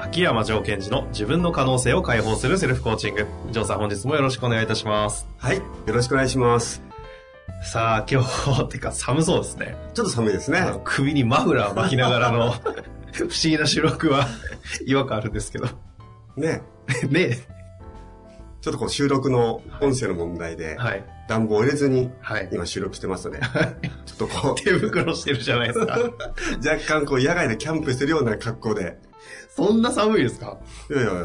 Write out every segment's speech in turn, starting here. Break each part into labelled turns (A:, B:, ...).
A: 秋山城賢治の自分の可能性を解放するセルフコーチング。城さん、本日もよろしくお願いいたします。
B: はい。よろしくお願いします。
A: さあ、今日、てか寒そうですね。
B: ちょっと寒いですね。
A: あの首にマフラー巻きながらの 不思議な収録は違和感あるんですけど。
B: ね。
A: ね
B: ちょっとこう収録の音声の問題
A: え
B: で、
A: はい。
B: 暖房を入れずに
A: はい。
B: 今収録してますので、ちょっとこ
A: 手袋してるじゃないですか。
B: う、若干こう野外でキャンプしてるような格好で、
A: そんな寒いですか
B: いやいやいや、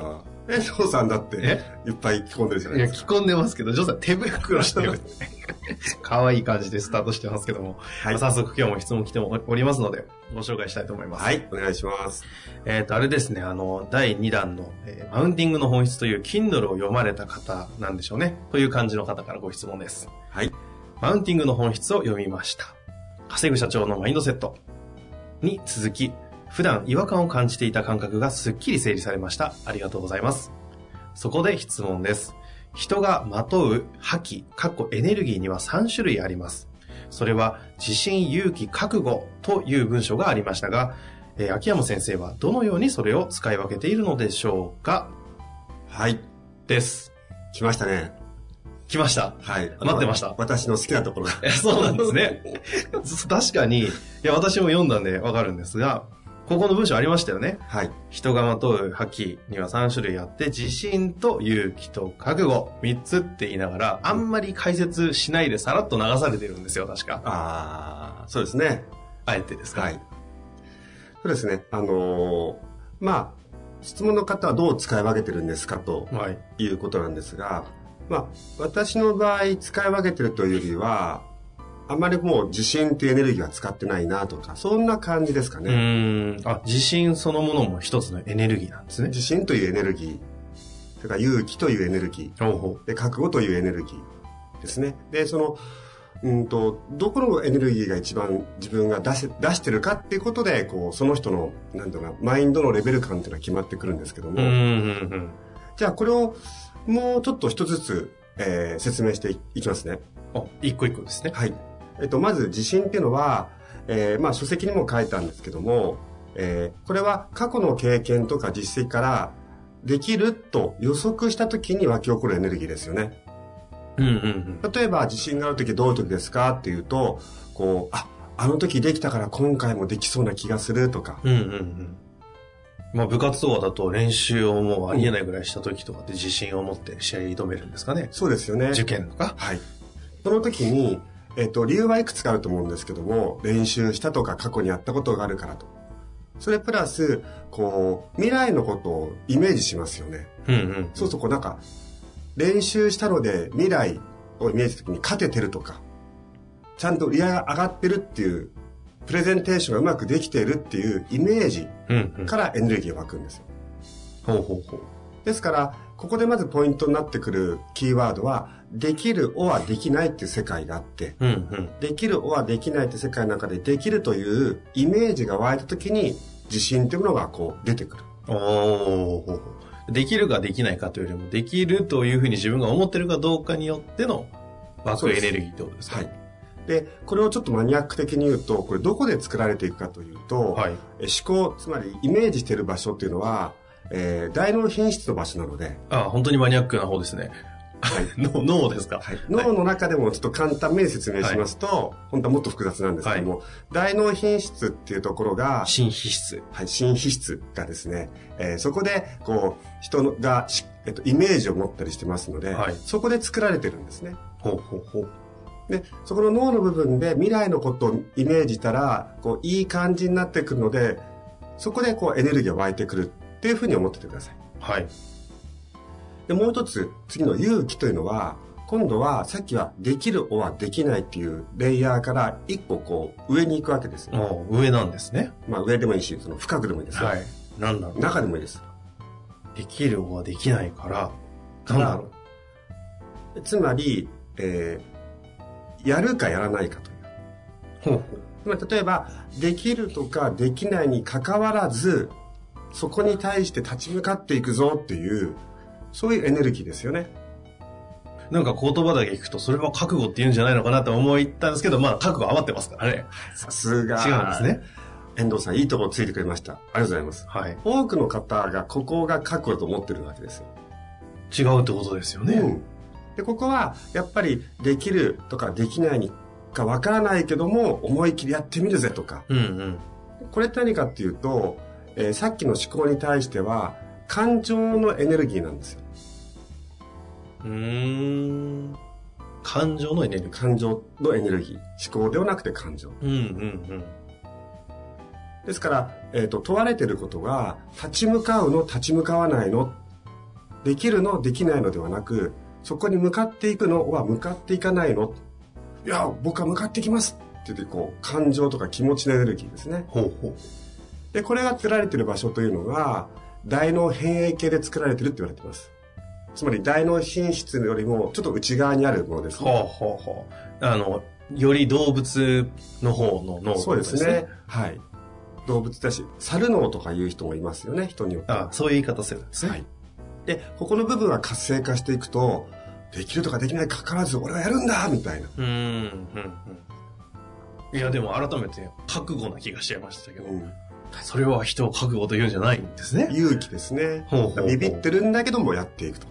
B: え、父さんだって
A: え
B: いっぱい着込んでるじゃない
A: いや、
B: です
A: 着込んでますけど、城さん手袋してる。 可愛い感じでスタートしてますけども。
B: か。はい。
A: 早速今日も質問来ておりますので、ご紹介したいと思います。
B: はい、お願いします。
A: えっ、と、あれですね、あの、第2弾の、えーマウンティングの本質という Kindle を読まれた方なんでしょうね。という感じの方からご質問です。
B: はい。
A: マウンティングの本質を読みました。稼ぐ社長のマインドセットに続き、普段違和感を感じていた感覚がすっきり整理されました。ありがとうございます。そこで質問です。人がまとう覇気、かっこエネルギーには3種類あります。それは、自信、勇気、覚悟という文章がありましたが、えー秋山先生はどのようにそれを使い分けているのでしょうか
B: はい。
A: です。
B: 来ましたね。
A: 来ました。
B: はい。
A: 待ってました
B: 私の好きなところが。
A: えそうなんです ね。ず確かに、いや、私も読んだんでわかるんですが、ここの文章ありましたよね。
B: はい。
A: 人がまとう覇気には3種類あって、自信と勇気と覚悟、3つって言いながら、あんまり解説しないでさらっと流されてるんですよ、確か。
B: あー、そうですね。
A: あえてですか。
B: はい。そうですね。あのーまあ、質問の方はどう使い分けてるんですかと
A: はい。
B: いうことなんですが、まあ、私の場合使い分けてるというよりは、あまりもう自信っていうエネルギーは使ってないなとか、そんな感じですか
A: う
B: ね。
A: ーん。あ、自信そのものも一つのエネルギーなんですね。
B: 自信というエネルギー、それから勇気というエネルギ
A: ほうほ
B: ー、で覚悟というエネルギーですね。で、その、うんと、どこのエネルギーが一番自分が出せ、出してるかっていうことで、こう、その人の、なんていうのかな、マインドのレベル感っていうのは決まってくるんですけど
A: う。
B: も、
A: うんうんうん。
B: じゃあこれをもうちょっと一つずつ、えー説明していいきますね。
A: あ、一個一個ですね。
B: はい。えっと、まず地震っていうのは、えーまあ書籍にも書いたんですけども、えーこれは過去の経験とか実績からできると予測した時に湧き起こるエネルギーですよね。
A: うんうんうん。
B: 例えば地震がある時どういう時ですかっていうと、こう、あ、あの時できたから今回もできそうな気がするとか、
A: うんうんうん。まあ部活とかだと練習をもうありえないぐらいした時とかで自信を持って試合に挑めるんですかね。
B: そうですよね。
A: 受験とか。
B: はい。その時に、えっ、と、理由はいくつかあると思うんですけども、練習したとか過去にやったことがあるからと。それプラス、こう、未来のことをイメージしますよね。
A: うんうん。
B: そうするとこうなんか、練習したので未来をイメージした時に勝ててるとか、ちゃんと売り上げが上がってるっていう、プレゼンテーションがうまくできているっていうイメージ
A: うんうん。
B: からエネルギーが湧くんですよ。
A: ほうほうほう。
B: ですから、ここでまずポイントになってくるキーワードは、できるをはできないっていう世界があって、
A: うんうん。
B: できるはできないって世界の中でできるというイメージが湧いた時に自信っていうものがこう出てくる。
A: おーほうほう。できるかできないかというよりも、できるというふうに自分が思ってるかどうかによっての湧
B: そう
A: く
B: で
A: エ
B: す
A: ネルギーってことですか
B: はい。で、これをちょっとマニアック的に言うと、これどこで作られていくかというと、
A: はい。
B: え思考、つまりイメージしている場所っていうのは、えー大脳品質の場所なので、
A: あ、本当にマニアックな方ですね。
B: はい
A: の脳ですか。
B: はい脳の中でもちょっと簡単めに説明しますと、本当はもっと複雑なんですけども、大脳品質っていうところが、
A: 新皮質。
B: はい、新皮質がですね、えーそこで、こう、人のがし、えっと、イメージを持ったりしてますので、
A: はい
B: そこで作られてるんですね。
A: ほうほうほう。
B: で、そこの脳の部分で未来のことをイメージしたら、こう、いい感じになってくるので、そこでこう、エネルギーが湧いてくるっていうふうに思っててください。
A: はい。
B: で、もう一つ、次の勇気というのは、今度は、さっきは、できるおはできないっていうレイヤーから、一個こう、上に行くわけですよ。
A: もう上なんですね。
B: まあ、上でもいいし、その深くでもいいですよ。
A: い。なんだろ
B: 中でもいいです。
A: う。できる方はできないから、なんだろ
B: つまり、えーやるかやらないかとい
A: う。ほ
B: う。
A: う
B: つまり例えば、できるとかできないに関わらず、そこに対して立ち向かっていくぞっていう、そういうエネルギーですよね。
A: なんか言葉だけ聞くと、それは覚悟って言うんじゃないのかなと思いったんですけど、まあ、覚悟余ってますからね。
B: さすが。
A: 違うんです。ね。
B: 遠藤さん、いいとこついてくれました。ありがとうございます。
A: はい。
B: 多くの方がここが過去だと思ってるわけですよ。
A: 違うってことですよね。
B: うんで、ここは、やっぱり、できるとかできないにかわからないけども、思い切りやってみるぜとか、
A: うんうん。
B: これって何かっていうと、えーさっきの思考に対しては、感情のエネルギーなんですよ。
A: うーん。感情のエネルギー。
B: 感情のエネルギー。思考ではなくて感情。
A: うんうん
B: ですから、えっ、と、問われてることは、立ち向かうの、立ち向かわないの、できるの、できないのではなく、そこに向かっていくのは向かっていかないの。いや、僕は向かってきますって言って、こう、感情とか気持ちのエネルギーですね。
A: うん。ほうほう。
B: で、これが作られてる場所というのが、大脳変影系で作られてるって言われてます。つまり大脳進出よりもちょっと内側にあるものです
A: ほう
B: ね。
A: ほうほう。あの、より動物の方の脳、
B: そうですね。。はい。動物だし、猿脳とかいう人もいますよね、人によっては。
A: あそういう言い方するんですね。
B: はい。で、ここの部分は活性化していくと、できるとかできないかからず俺はやるんだみたいな。
A: うーん、うん、うん。いや、でも改めて覚悟な気がしちゃいましたけど、
B: うん
A: それは人を覚悟と言うんじゃないんですね。
B: 勇気ですね。
A: ほうほうほう
B: ビビってるんだけどもやっていくと。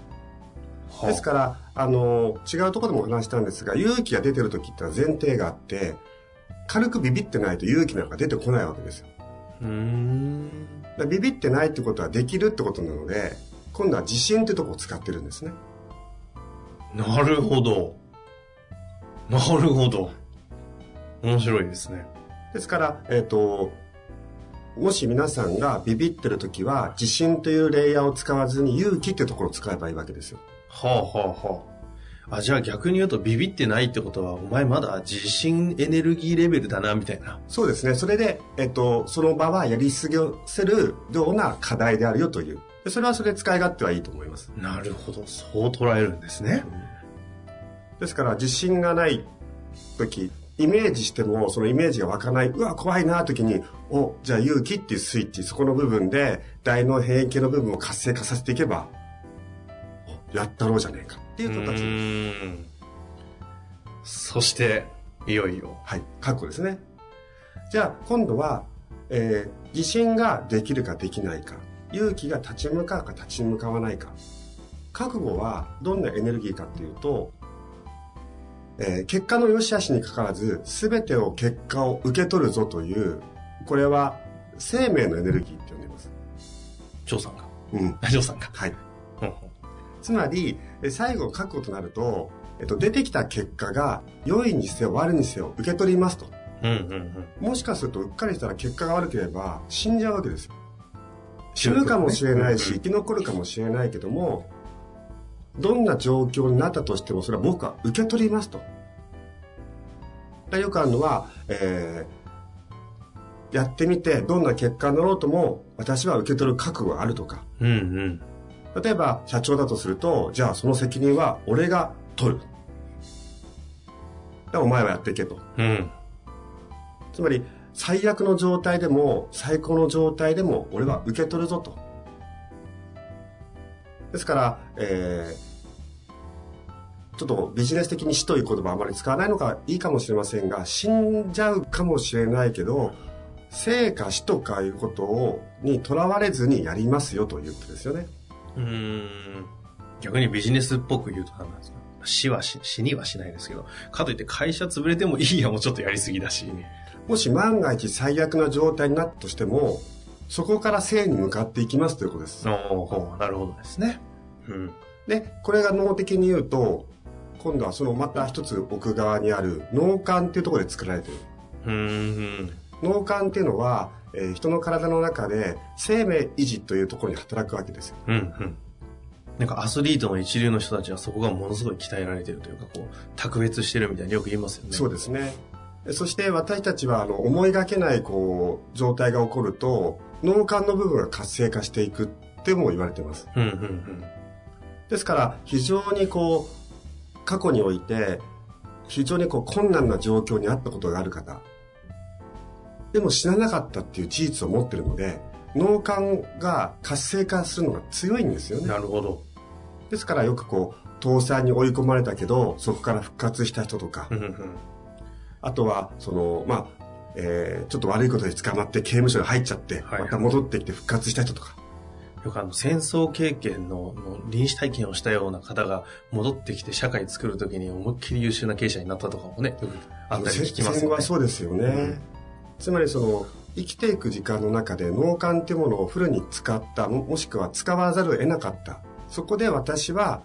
A: はあ
B: ですから、あの、違うところでもお話したんですが、勇気が出てる時ってのは前提があって、軽くビビってないと勇気なんか出てこないわけですよ。
A: うーん。
B: だからビビってないってことはできるってことなので、今度は自信ってとこを使ってるんですね。
A: なるほど。なるほど。面白いですね。
B: ですから、えっ、と、もし皆さんがビビってる時は、自信というレイヤーを使わずに勇気ってところを使えばいいわけですよ。
A: はあはあはあ。あ、じゃあ逆に言うとビビってないってことは、お前まだ自信エネルギーレベルだな、みたいな。
B: そうですね。それで、えっ、と、その場はやり過ぎをせるような課題であるよという。でそれはそれで使い勝手はいいと思います。
A: なるほど。そう捉えるんですね。
B: ですから自信がない時イメージしてもそのイメージが湧かないうわ怖いな時におじゃあ勇気っていうスイッチそこの部分で大脳変形の部分を活性化させていけばおやったろうじゃねえかっていうう形
A: ーん。そして、いよいよ。
B: はい確保ですねじゃあ今度は、えー自信ができるかできないか勇気が立ち向かうか立ち向かわないか覚悟はどんなエネルギーかっていうと、えー結果の良し悪しにかかわらず全てを結果を受け取るぞというこれは生命のエネルギーって呼んでいます、
A: 張さんが。
B: うん
A: ジョーさんが。
B: はい、
A: うんうん
B: つまりえー最後覚悟となると、えっと、出てきた結果が良いにせよ悪にせよ受け取りますと
A: うんうんうん。
B: もしかするとうっかりしたら結果が悪ければ死んじゃうわけですよ。死ぬかもしれないし、生き残るかもしれないけども、どんな状況になったとしてもそれは僕は受け取りますと。だからよくあるのは、えーやってみてどんな結果になろうとも私は受け取る覚悟があるとか。
A: うんうん。
B: 例えば社長だとすると、じゃあその責任は俺が取る。だからお前はやっていけと。
A: うん。
B: つまり最悪の状態でも最高の状態でも俺は受け取るぞと。ですから、えーちょっとビジネス的に死という言葉はあまり使わないのがいいかもしれませんが、死んじゃうかもしれないけど、生か死とかいうことを、にとらわれずにやりますよということですよね。
A: うーん。逆にビジネスっぽく言うと何なんですか死はし、死にはしないですけど、かといって会社潰れてもいいやもうちょっとやりすぎだし。
B: もし万が一最悪な状態になったとしても、そこから生に向かっていきますということです。
A: おほうなるほどですね。うん。
B: で、これが脳的に言うと、今度はそのまた一つ奥側にある脳幹っていうところで作られてる。
A: うーん。
B: 脳幹っていうのは、えー人の体の中で生命維持というところに働くわけですよ。
A: うん、うん。なんかアスリートの一流の人たちはそこがものすごい鍛えられてるというか、こう、卓越してるみたいによく言いますよね。
B: そうですね。そして私たちはあの思いがけないこう状態が起こると脳幹の部分が活性化していくっても言われてます。
A: うんうんうん。
B: ですから非常にこう過去において非常にこう困難な状況にあったことがある方でも死ななかったっていう事実を持ってるので脳幹が活性化するのが強いんですよね
A: なるほど。
B: ですからよくこう倒産に追い込まれたけどそこから復活した人とか、
A: うんうんうん。
B: あとはそのまあえーちょっと悪いことで捕まって刑務所に入っちゃって、
A: はい
B: また戻ってきて復活した人とか
A: よくあの、戦争経験のの臨死体験をしたような方が戻ってきて社会作るときに思いっきり優秀な経営者になったとかもね、よくあったり聞きます
B: 戦後
A: よ
B: は
A: ね。
B: そうですよね、
A: うん
B: つまりその生きていく時間の中で脳幹ってものをフルに使ったももしくは使わざるを得なかったそこで私は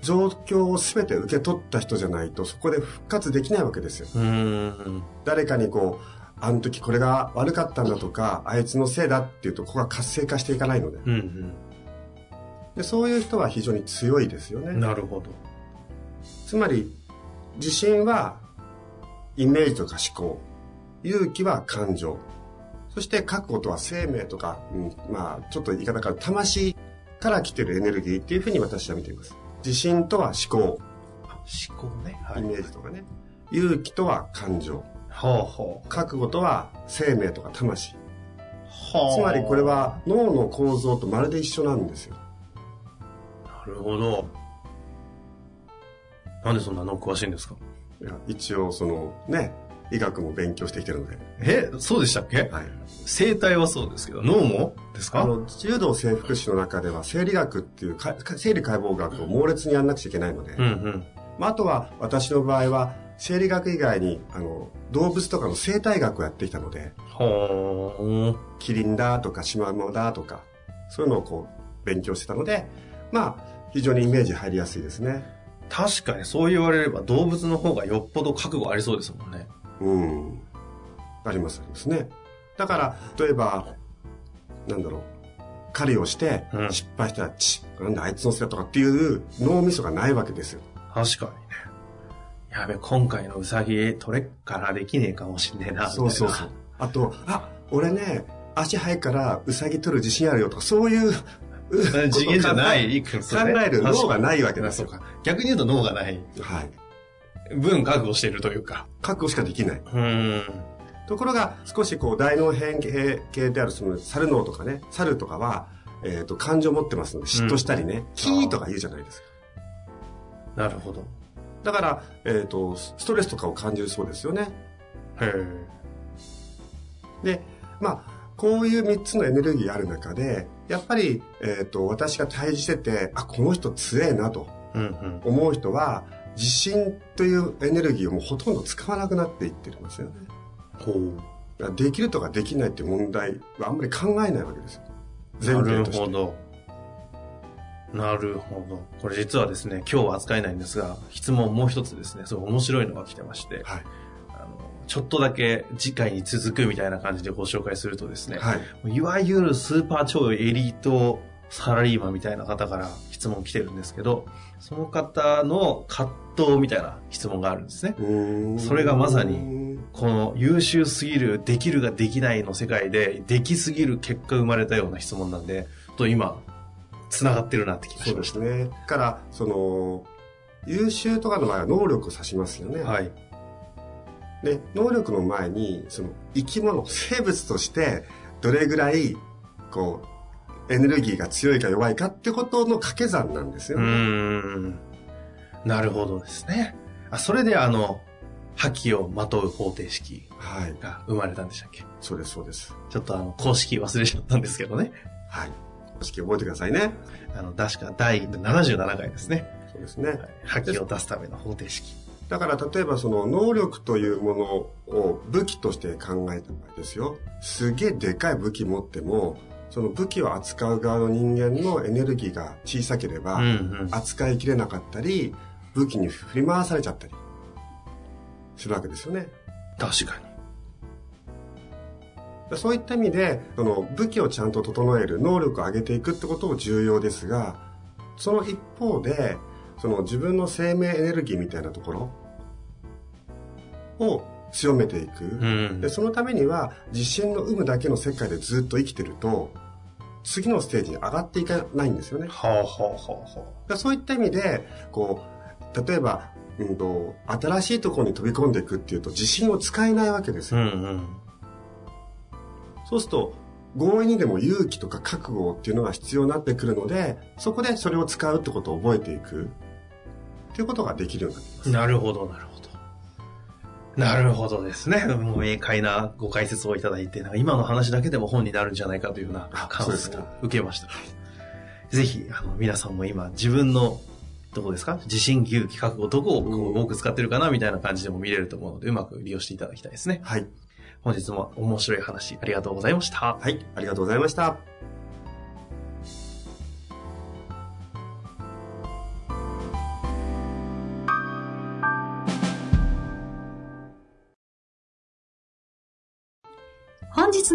B: 状況を全て受け取った人じゃないとそこで復活できないわけですよ
A: うーん。
B: 誰かにこうあの時これが悪かったんだとかあいつのせいだっていうとここが活性化していかないので
A: うん
B: でそういう人は非常に強いですよね、
A: うん。なるほど。
B: つまり自信はイメージとか思考勇気は感情そして覚悟とは生命とか、うんまあちょっと言い方から魂から来てるエネルギーっていうふうに私は見ています自信とは思考
A: あ思考ね。は
B: イ
A: い。
B: メージとかね、勇気とは感情
A: ほうほう。
B: 覚悟とは生命とか魂
A: はあ
B: つまりこれ。は脳の構造とまるで一緒なんですよ
A: なるほど。なんでそんなの詳しいんですか
B: いや一応そのね医学も勉強してきてるので、
A: え、そうでしたっけ
B: はい、
A: 生体はそうですけど、脳もです
B: あ
A: か
B: の、柔道整復師の中では、生理学っていうか、か生理解剖学を猛烈にやんなくちゃいけないので、
A: うんうん。
B: まあ、あとは、私の場合は、生理学以外に、あの、動物とかの生態学をやってきたので、
A: ほ
B: キリンだとか、シマウマだとか、そういうのをこう、勉強してたので、まあ、非常にイメージ入りやすいですね。
A: う。確かにそう言われれば動物の方がよっぽど覚悟ありそうですもんね。
B: うん。あります、ありますね。だから、例えば、なんだろう。狩りをして
A: うん、
B: 失敗したら、ち、なんだあいつのせいだとかっていう脳みそがないわけですよ。
A: 確かにね。やべ、今回のウサギトレッからできねえかもしんねえな。
B: そうそうそう。あと、あ、俺ね、足早いからうさぎ取る自信あるよとか、そういう、う
A: みたいな。次元じゃな。い。考
B: 考える脳がないわけです
A: そう
B: よ。
A: か。逆に言うと脳がない
B: はい。
A: 分覚悟しているというか。
B: 覚悟しかできない。
A: うん。
B: ところが、少しこう、大脳変形系である、その、猿脳とかね、猿とかは、えっ、と、感情持ってますので、嫉妬したりね、キーとか言うじゃないですか。
A: なるほど。
B: だから、えっ、と、ストレスとかを感じるそうですよね。
A: へえ。
B: で、まあ、こういう3つのエネルギーがある中で、やっぱり、えっ、と、私が対峙してて、あ、この人強えなと
A: うんうん。
B: 思う人は、自信というエネルギーをもうほとんど使わなくなっていってるんですよね。
A: ほう。
B: だからできるとかできないって問題はあんまり考えないわけですよ。前
A: な
B: 提
A: る
B: とし
A: ほ
B: て。
A: ど。なるほど。これ実はですね、今日は扱えないんですが、質問もう一つですね、すごい面白いのが来てまして、
B: はい。
A: あのちょっとだけ次回に続くみたいな感じでご紹介するとですね、
B: はい。
A: いわゆるスーパー超エリートサラリーマンみたいな方から質問来てるんですけど、その方の葛藤みたいな質問があるんですね。
B: うーん
A: それがまさに。この優秀すぎる、できるができないの世界で、できすぎる結果生まれたような質問なんで、ちょっと今、繋がってるなって気が
B: そ
A: し
B: う
A: ま
B: で
A: し
B: すね。だから、その、優秀とかの場合は能力を指しますよね。
A: た。はい。
B: で、能力の前に、その、生き物、生物として、どれぐらい、こう、エネルギーが強いか弱いかってことの掛け算なんです
A: う
B: よ
A: ー
B: ね。
A: ん。なるほどですね。あ、それであの、覇気をまとう方程式
B: はい。
A: が生まれたんでしたっけ
B: そうです、そうです。
A: ちょっとあの、公式忘れちゃったんですけどね。
B: はい。公式覚えてくださいね。
A: あの、確か第77回ですね。
B: そうですね
A: は。い覇気を出すための方程式。
B: だから、例えばその、能力というものを武器として考えた場合ですよ。すげえでかい武器持っても、その武器を扱う側の人間のエネルギーが小さければ、
A: うんうん。
B: 扱いきれなかったり武器に振り回されちゃったりするわけですよね
A: 確かに。
B: そういった意味でその武器をちゃんと整える能力を上げていくってことも重要ですがその一方で、その自分の生命エネルギーみたいなところを強めていく。
A: うん
B: で、そのためには、自信の有無だけの世界でずっと生きてると、次のステージに上がっていかないんですよね。
A: はあはあはあは
B: だそういった意味で、こう、例えば、うんと、新しいところに飛び込んでいくっていうと、自信を使えないわけです
A: あ。う
B: よ。
A: んうん。
B: そうすると、強引にでも勇気とか覚悟っていうのが必要になってくるので、そこでそれを使うってことを覚えていく。っていうことができるようになってきます。
A: なるほど、なるほど。なるほどですね。もう明快なご解説をいただいて、なんか今の話だけでも本になるんじゃないかというような
B: あ
A: 感
B: そうです
A: 想を
B: か
A: 受けました。ぜひ、あの、皆さんも今、自分の、どこですか自信、勇気、覚悟、どこをこ
B: うん
A: う多く使ってるかなみたいな感じでも見れると思うので、うまく利用していただきたいですね。
B: はい。
A: 本日も面白い話、ありがとうございました。
B: はい。ありがとうございました。
C: 本日